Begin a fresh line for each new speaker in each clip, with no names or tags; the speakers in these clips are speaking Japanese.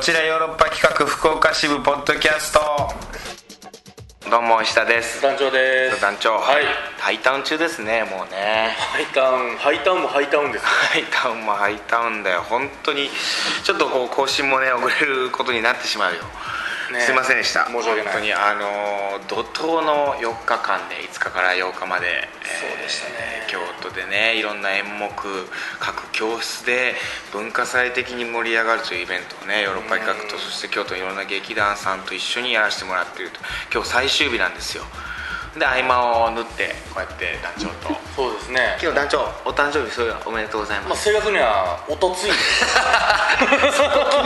ちらヨーロッパ企画福岡支部ポッドキャストどうも石田です
団長です
団長
はい
ハイタウン中ですねもうね
ハイタウンハイタウンもハイタウンです
ハイタウンもハイタウンだよ本当にちょっとこう更新もね遅れることになってしまうよ、
ね
すいませんでした
申し訳ない
本当にあのー怒涛の4日間で5日から8日まで
そうでしたね
えー京都でねいろんな演目各教室で文化祭的に盛り上がるというイベントをねヨーロッパ企画とそして京都のいろんな劇団さんと一緒にやらせてもらってると今日最終日なんですよで合間を縫ってこうやって団長と
そうですね
昨日団長お誕生日そういおめでとうござい
ま
ま
あ
す
正確にはおとついです
厳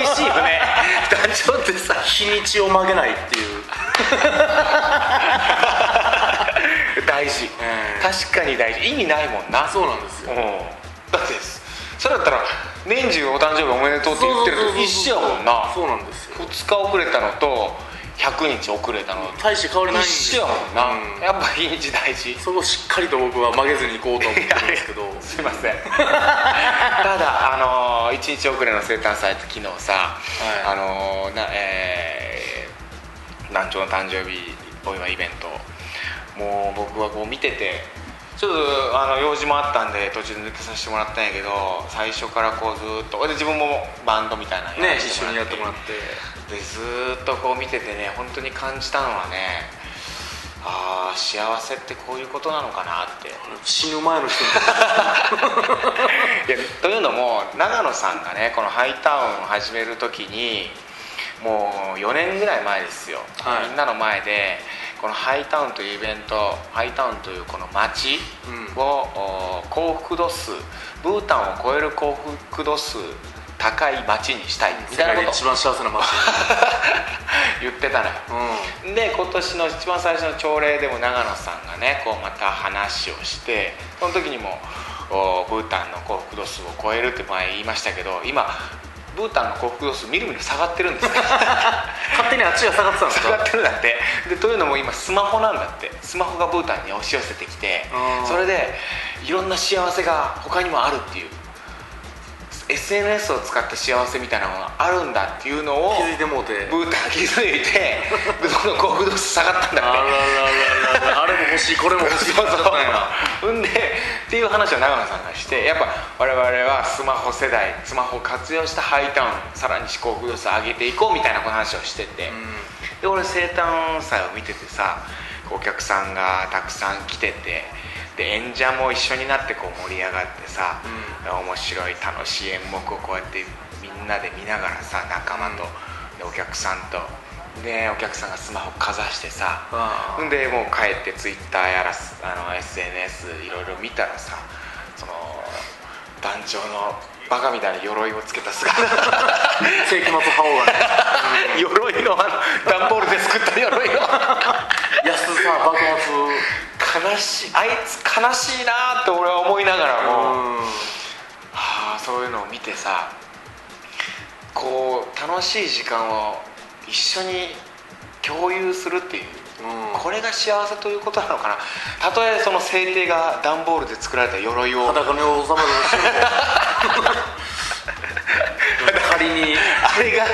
しいよ ね団長ってさ
日にちを曲げないっていう
大事、確かに大事意味ないもんな
そうなんですよ
うんだってそれだったら年中お誕生日おめでとうって言ってると一緒やもんな
そうなんですよ
2日遅れたのと100日遅れたの
大して変わりないん
一
です
緒やもんな、
うん
やっぱ日にち大事
そこをしっかりと僕は曲げずにいこうと思ってるんですけど
すいま せんただあのー、1日遅れの生誕祭と昨日さ、
い
あのーなえー、南朝の誕生日お祝いイベントもう僕はこう見ててちょっとあの用事もあったんで途中で抜けさせてもらったんやけど最初からこうずーっとで自分もバンドみたいなの
ね
ら
一
せ
緒にやってもらって
でずーっとこう見ててね本当に感じたのはねああ幸せってこういうことなのかなって
死ぬ前 の人に
いやというのも長野さんがねこのハイタウンを始める時にもう4年ぐらい前ですよ、
はい
みんなの前でこのハイタウンというイベントハイタウンというこの街
うん
を、お幸福度数ブータンを超える幸福度数高い街にしたいみ
世
たい
界
な
で
こと
一番幸せな街
言ってたのよ
うん
で今年の一番最初の朝礼でも長野さんがねこうまた話をしてその時にもおブータンの幸福度数を超えるって前言いましたけど今ブータンの幸福度数みるみる下がってるんですよ
勝手にあっちが下がってたんです
下が
か
ってるんだって でというのも今スマホなんだってスマホがブータンに押し寄せてきて
うん
それでいろんな幸せが他にもあるっていう SNS を使った幸せみたいなものがあるんだっていうのを
気づいてもうて
ブータン気づいて どんどん幸福度数下がったん
あ
だ
ら
って
ららららあれも欲しいこれも欲しいって
そ
言
う
っちゃったんやな
そううんでっていう話を長野さんがしてやっぱ我々はスマホ世代スマホを活用したハイタウンさらに思考度数上げていこうみたいなこの話をしてて、
う
で俺生誕祭を見ててさお客さんがたくさん来ててで演者も一緒になってこう盛り上がってさ、面白い楽しい演目をこうやってみんなで見ながらさ仲間と、でお客さんとでお客さんがスマホかざしてさ、
あー
でもう帰ってツイッターやらすあの SNS いろいろ見たらさその団長のバカみたいな鎧をつけた姿
世紀末覇王がね
鎧のあの段ボールで作った鎧の
安さ爆発
悲しいあいつ悲しいなーって俺は思いながらも、はあそういうのを見てさこう楽しい時間を一緒に共有するっていう、
うん
これが幸せということなのかなたとえその聖帝が段ボールで作られた鎧を
裸の王様でもしても仮に
あれが
れ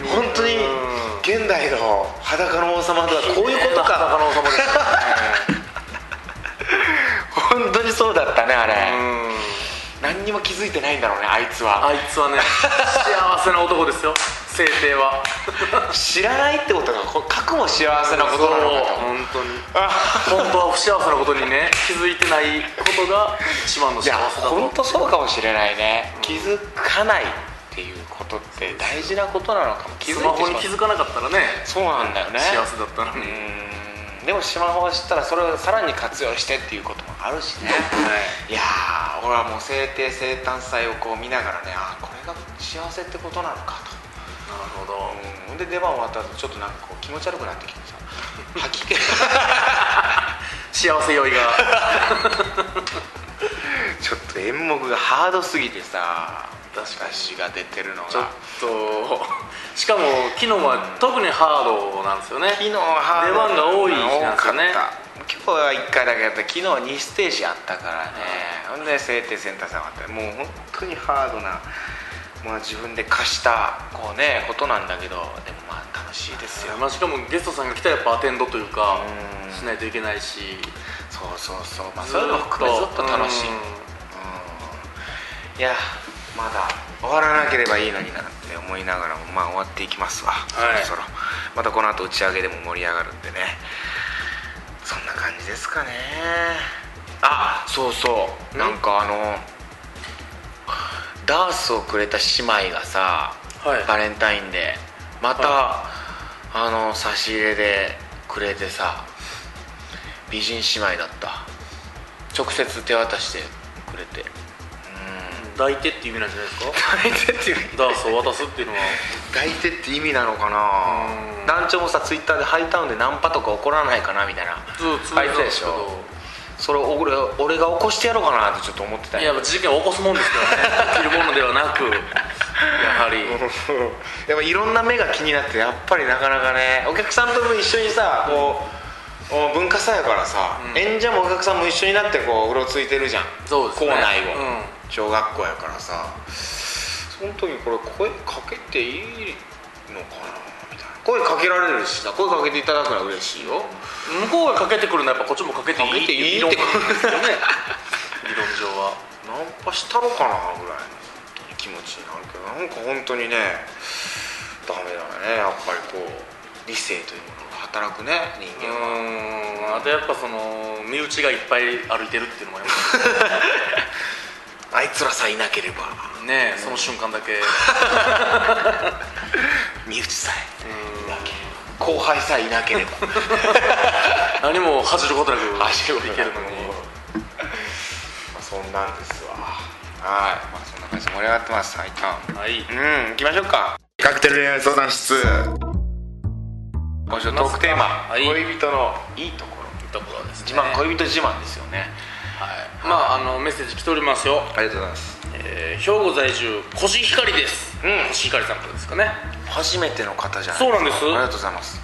に
本当に
うん
現代の裸の王様とはこういうこと
裸
か
の王様です
本当にそうだったねあれ
よねうん
何にも気づいてないんだろうねあいつは
あいつはね幸せな男ですよ聖帝は
知らないってことがこかくも幸せなことなのかと
本当に
あ
本当は不幸せなことにね気づいてないことが一番の
い
幸
や
せだと
本当そうかもしれないね気づかないっていうことって大事なことなのかも気づい
ス
てし
マ
まう
ホに気づかなかったらね
そうなんだよね
幸せだったのに、はい
うんでもスマホを知ったらそれをさらに活用してっていうこともあるしねいやー俺はもう制定生誕祭をこう見ながらねあーこれが幸せってことなのか
なるほど
と、うん、で出番終わった後ちょっとなんかこう気持ち悪くなってき てさ吐き気
幸せ酔いが
ちょっと演目がハードすぎてさ
確かに
私が出てるの
ちょっ
が
としかも昨日は特にハードなんですよね
昨日ハード
出番が多い日なんですよね
多かった今日は1回だけやった昨日2ステージあったからねほんで制定センターさんがあったもう本当にハードなまあ、自分で貸したこう、ね、ことなんだけどでもまあ楽しいですよ、
まあ、しかもゲストさんが来たらやっぱアテンドというか
うん
しないといけないし
そうそうそう、まあ、そういうのも含めずっと楽しい、うんいやまだ終わらなければいいのになって思いながらもまあ終わっていきますわ、
はい
そろそろまたこの後打ち上げでも盛り上がるんでねそんな感じですかねあそうそうなんかあのダースをくれた姉妹がさ、
はい
バレンタインでまた、
は
あの差し入れでくれてさ美人姉妹だった直接手渡してくれて
抱いてっていう意味なんじゃないで
抱
すか
いてって
ダースを渡すっていうのは
抱いてって意味なのかな
うん
団長もさツイッターでハイタウンでナンパとか起こらないかなみたいな
普通通
書いて
常
た
なんで
ですし
け
ょ
ど
それを俺俺が起こしてやろうかなってちょっと思ってたん
い
や
や事件を起こすもんです からね着るものではなくやはり
でもいろんな目が気になってやっぱりなかなかねお客さんとも一緒にさこうお文化祭やからさ、
うん
演者もお客さんも一緒になってこううろついてるじゃん
そうですね
校内を、
うん
小学校やからさその時これ声かけていいのかなみたいな声かけられるしさ声かけていただくのは嬉しいよ
向こうがかけてくるのはやっぱこっちもかけていいっていう議論
かけていいって
なんですよね議論上は
ナンパしたのかなぐらいの気持ちになるけどなんか本当にねダメだねやっぱりこう理性というものが働くね人
う
間は
ーんあとやっぱその身内がいっぱい歩いてるっていうのもやっぱ
あいつらさえいなければ
ねその瞬間だけ
身内さえいなければ後輩さえいなけれ ば
何も恥じることなく
走る
いけるのに
ま あそんなんですわはいまあそんな感じで盛り上がってますはいターン
はい
うん行きましょうかカクテル恋愛相談室今週のトークテーマ、
はい
恋人のいいところ
ところですね
自慢、恋人自慢ですよね
はいまああのメッセージ来ておりますよ、
ありがとうございます
えー兵庫在住コシヒカリです、
うん
コシヒカリさんからですかね
初めての方じゃない
そうなんです
ありがとうございます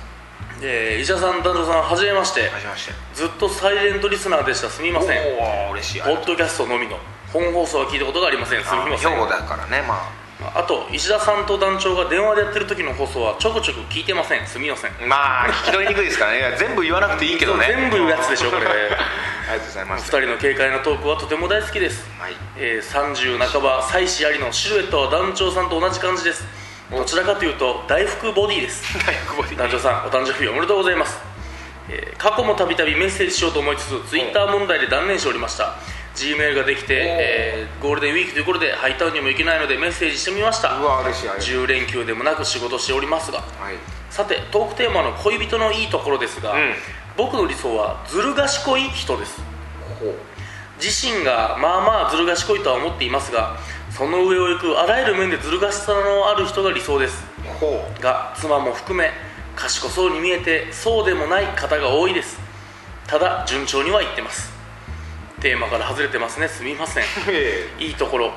で医者さん男女さんはじめまして
はじめまして
ずっとサイレントリスナーでしたすみません
おお嬉しい
ポッドキャストのみの本放送は聞いたことがありませんすみません
兵庫だからねまあ
あと石田さんと団長が電話でやってる時の放送はちょくちょく聞いてませんすみません
まあ聞き取りにくいですからねい や全部言わなくていいけどね
全部言うやつでしょ これ
ありがとうござい
お
ま
二
す
人の軽快なトークはとても大好きです、
はい
えー30半ば妻子ありのシルエットは団長さんと同じ感じですどちらかというと大福ボディです
大福ボディ
団長さんお誕生日おめでとうございます、えー過去もたびたびメッセージしようと思いつつツイッター問題で断念しておりました G メールができて、えーゴールデンウィークということでハイタウンにも行けないのでメッセージしてみました
うわ嬉しいありがとう
10連休でもなく仕事しておりますが
はい
さてトークテーマの恋人のいいところですが、
うん
僕の理想はずる賢い人です
ほう
自身がまあまあずる賢いとは思っていますがその上を行くあらゆる面でずる賢さのある人が理想です
ほ
が妻も含め賢そうに見えてそうでもない方が多いですただ順調にはいってますテーマから外れてますねすみません
うへ
いいところ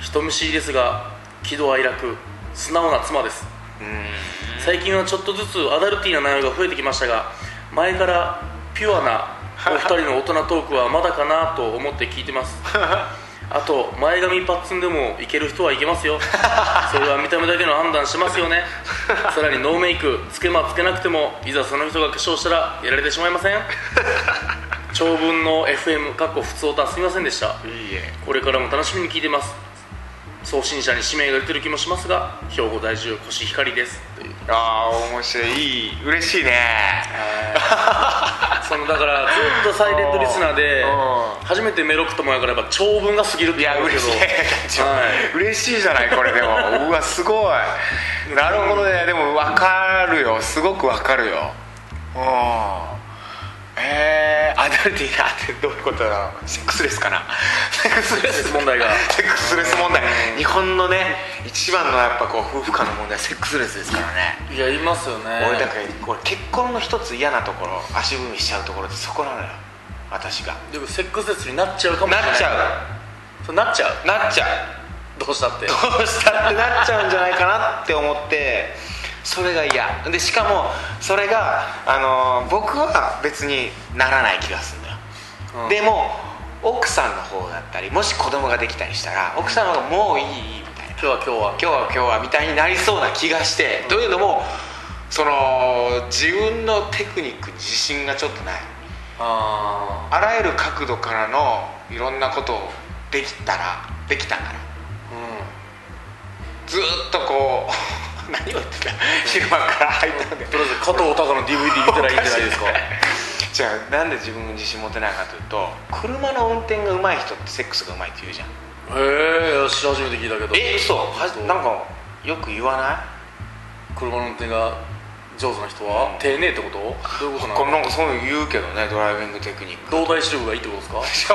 人見知りですが喜怒哀楽素直な妻です
えうん
最近はちょっとずつアダルティーな内容が増えてきましたが前からピュアなお二人の大人トークはまだかなと思って聞いてますあと前髪パッツンでもいける人はいけますよそれは見た目だけの判断しますよねさらにノーメイクつけまつけなくてもいざその人が化粧したらやられてしまいません長文の FM かっこ普通歌すみませんでした
いいえ
これからも楽しみに聞いてます送信者に指名が出てる気もしますが兵庫在住コシヒカリですという
ああ面白いいい嬉しいね
そのだからずっとサイレントリスナーで
う
初めてメロクともやからやっぱ長文が過ぎるって
いや
思うんで
嬉
す
しい
けど、はい、
嬉しいじゃないこれで もうわすごいなるほどねでも分かるよすごく分かるようんえー、アダルティーなってどういうことだろうセックスレスかなセックスレス
問題が
セックスレス問題日本のね一番のやっぱこう夫婦間の問題はセックスレスですからね
いやいますよね
俺だからこれ結婚の一つ嫌なところ足踏みしちゃうところってそこなのよ私が
でもセックスレスになっちゃうかもしれない
なっちゃ
そうなっちゃう
うなっちゃう
どうしたって
どうしたってなっちゃうんじゃないかなって思ってそれが嫌でしかもそれが、あのー僕は別にならない気がするんだよ、
うん
でも奥さんの方だったりもし子供ができたりしたら奥さんの方がもういいみたいな
日は今日は
今日は今日はみたいになりそうな気がして、というのもその自分のテクニックに自信がちょっとない
あ
あらゆる角度からのいろんなことをできたらできたから
あう
ずーっとこう 何を言ってた昼間から入ったんで
んとりあえず加藤鷹の DVD 見たらいいんじゃない ですか
じゃあなんで自分に自信持てないかというと車の運転が上手い人ってセックスが上手いって言うじゃん
へえ知ら初めて聞いたけど
え嘘は
そう
なんかよく言わない
車の運転が上手な人は、
うん
丁寧ってことどういうことな
これ
の
なんかそういうの言うけどねドライビングテクニック
動体視力がいいってことですか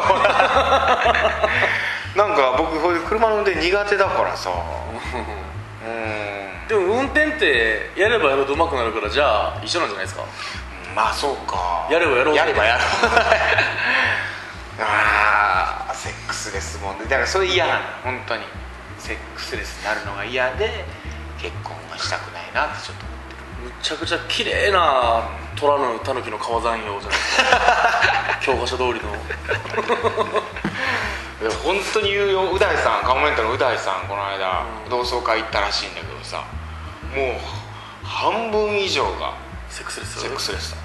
なんか僕こういう車の運転苦手だからさう ーん
でも運転ってやればやると上手くなるからじゃあ一緒なんじゃないですか
まあそうか
やればやろう
やればやろう ああセックスレスもんでだからそれ嫌なの本当にセックスレスになるのが嫌で結婚はしたくないなってちょっと思って
むちゃくちゃ綺麗な虎の狸の川山用 じゃないですか教科書通りの
るいや本当に言うよう大さんカモメンタルのう大さんこの間、
うん
同窓会行ったらしいんだけどさもう半分以上が
セックスレス
セックスレスだ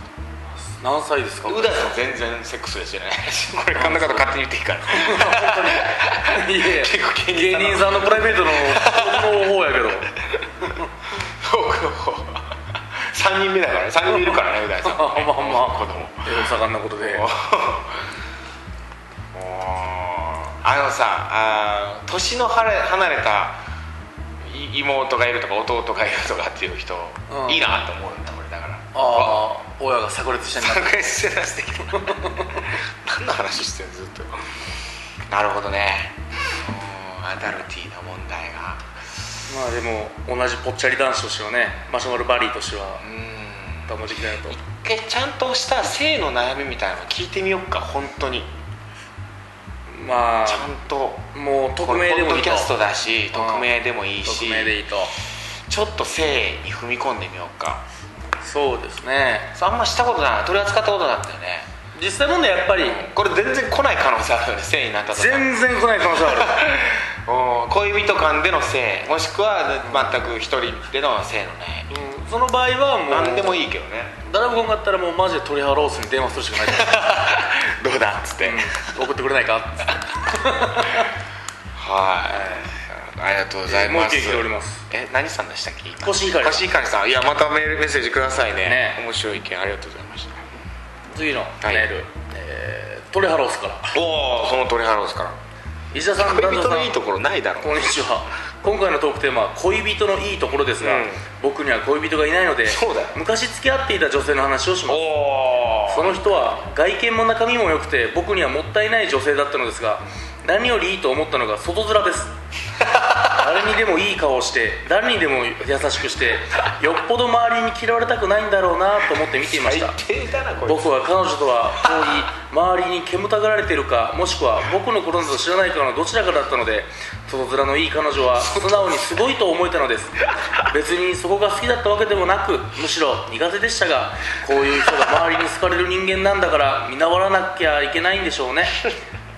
何歳ですか
う大さん全然セックスレスじゃないこれこんなこと勝手に言っていいから
いやいや
結構芸
芸
人
人さんのプライベートの僕の 方やけど
僕の方3人目だからね3人いるからねう大さ ん
まあまあ
子供
えお盛んなことで
もうあのさあー年の離れ離れたい妹がいるとか弟がいるとかっていう人、
うん
いいなと思うんだ俺だから
ああ親が炸裂したにな
参加してな してきた何の話してんのずっとなるほどねうんアダルティーな問題が
まあでも同じぽっちゃり男子としてはねマシュマロバリーとしては
うん
我慢できないなと
一回ちゃんとした性の悩みみたいなの聞いてみよっか本当に
まあ
ちゃんと
もう匿名で
ポ
も
ッ
い
ド
い
キ
と
ャストだし匿名でもいいし、
匿名でいいと
ちょっと性に踏み込んでみようか
そうですね
そうあんましたことない取り扱ったことなんだよね
実際問題やっぱり
これ全然来ない可能性あるよね性になったとか
全然来ない可能性ある
うん恋人間での性もしくは全く一人での性のね
うんその場合はもう
何でもい
い
いけどね
誰も来んかったらもうマジで鳥ハロースに電話するしかないじゃないですか
どうだっつって、
うん送ってくれないかっつって
はいありがとうござい
もう
ま
一
す
件来ております
え何さんでしたっけ今
コシヒカリさん
コシヒカリさんいやまたメールメッセージくださいね
ね
面白い意見ありがとうございました
次のメ
い
ール、えー、鳥ハロースから
おおその鳥ハロースから
石田さん
恋人
旦
の
那さん
いいところないだろう
こんにちは今回のトークテーマは恋人のいいところですが、
うん
僕には恋人がいないので
そうだよ
昔付き合っていた女性の話をします
お
その人は外見も中身も良くて僕にはもったいない女性だったのですが何よりいいと思ったのが外面です誰にでもいい顔をして誰にでも優しくしてよっぽど周りに嫌われたくないんだろうなと思って見ていました
最低だなこれ
僕は彼女とは遠い周りに煙たがられているかもしくは僕のことだと知らないかのどちらかだったので外面のいい彼女は素直にすごいと思えたのです別にそこが好きだったわけでもなくむしろ苦手でしたがこういう人が周りに好かれる人間なんだから見習わなきゃいけないんでしょうね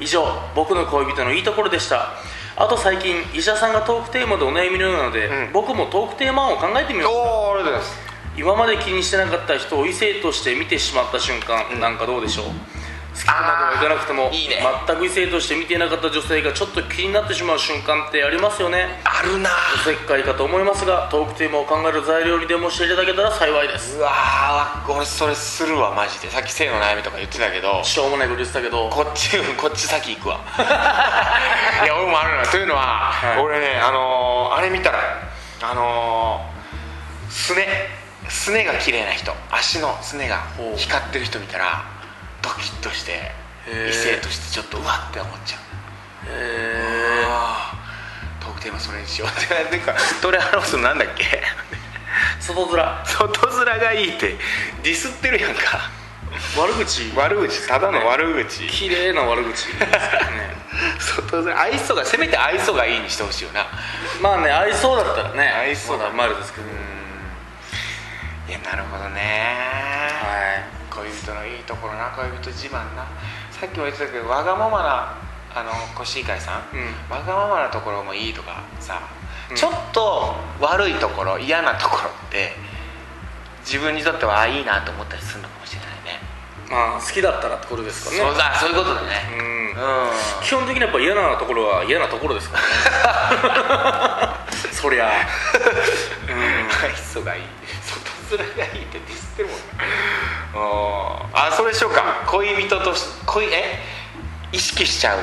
以上僕の恋人のいいところでしたあと最近医者さんがトークテーマでお悩みのようなので、
ん
僕もトークテーマ案を考えてみよう
おおありがとうございます
今まで気にしてなかった人を異性として見てしまった瞬間、なんかどうでしょう好きなまでもいかなくても
あーいいね
全く異性として見ていなかった女性がちょっと気になってしまう瞬間ってありますよね
あるな
おせっかいかと思いますがトークテーマを考える材料にでもしていただけたら幸いです
うわー俺それするわマジでさっき性の悩みとか言ってたけど
しょうもないこと言ってたけど
こっち こっち先 行くわいや俺もあるなというのは、
い
俺ねあのーあれ見たらあのーすねすねが綺麗な人足のすねが
ほう
光ってる人見たらドキッとして
ー
異性としてちょっとうわって思っちゃう
え
あートークテーマそれにしようっててか トレハロースのなんだっけ
ー、外面
外面がいいってディスってるやんか
悪口
悪口ただの悪口、
綺麗な悪口 ですけど
外
ね
面愛想がせめて愛想がいいにしてほしいよな
まあね合いそうだったらね
合いそう
まだ丸ですけど、はい
いやなるほどね恋人のいいところな恋人自慢なさっきも言ってたけどわがままなあのコシヒカリさん、
うん
わがままなところもいいとかさ
うん
ちょっと悪いところ嫌なところって自分にとってはあいいなと思ったりするのかもしれないね
まあ好きだったらってことですかね
そうだそういうことだね
うん
う
基本的にやっぱ嫌なところは嫌なところです からねそりゃ
ん愛想がいい外面がいいってディスってるもんなうん あそれしようか恋人とし恋え意識しちゃう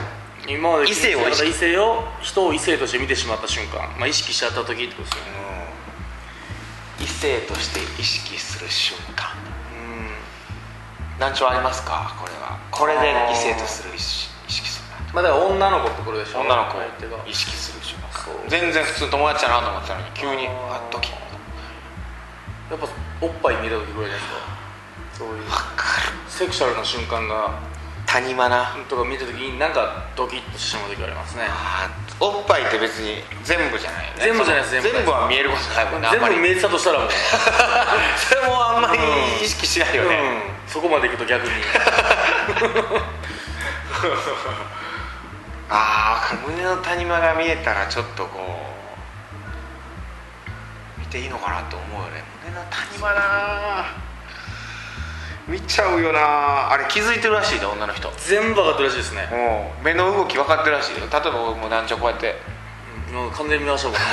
今まで
異性を意識
異性を人を異性として見てしまった瞬間、まあ、意識しちゃった時ってことですよね
うん異性として意識する瞬間
うん
難聴ありますかこれはこれで異性とする意識意識するな
まあだから女の子ってことでしょ
女の子を
相手が
意識する瞬
そう
間全然普通の友達だなと思ってたのに急に
あー
あドキッ
やっぱおっぱい見えた時ぐらいじゃないですかそういうセクシャルな瞬間が
谷間な
とか見た時になんかドキッとしてしまう時がありますね
あーおっぱいって別に全部じゃないよね
全部じゃないで
そ
す
の
全部
全部は見えることないもんねあんまり
全部見えてたとしたらもう、
それもあんまり
うん
意識しないよね、
うんそこまでいく と逆に
ああ胸の谷間が見えたらちょっとこう見ていいのかなと思うよね胸の谷間な見ちゃうよなあれ気づいてるらしいで女の人も
全部上がってるらしいですね、
う目の動き分かってるらしいよ例えば僕もう男女こうやって
うんもう完全に見ましたもんね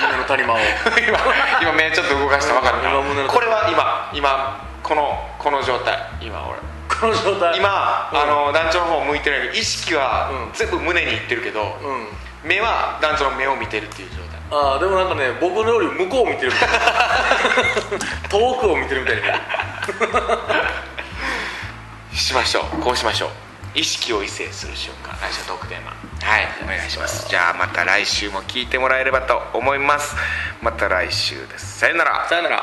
胸の谷間を
今今目ちょっと動かして分かる
今胸
な
の
これは今今このこの状態今俺
この状態
今、
うん
あの団長の方向いてないけど意識は
うん
全部胸にいってるけど、
うん
目は団長の目を見てるっていう状態
ああでもなんかね僕のより向こうを見てるみたいな遠くを見てるみたいな
しましょうこうしましょう意識を異性する瞬間来週のトークテーマはいお願いしますじゃあまた来週も聞いてもらえればと思いますまた来週ですさよなら
さよなら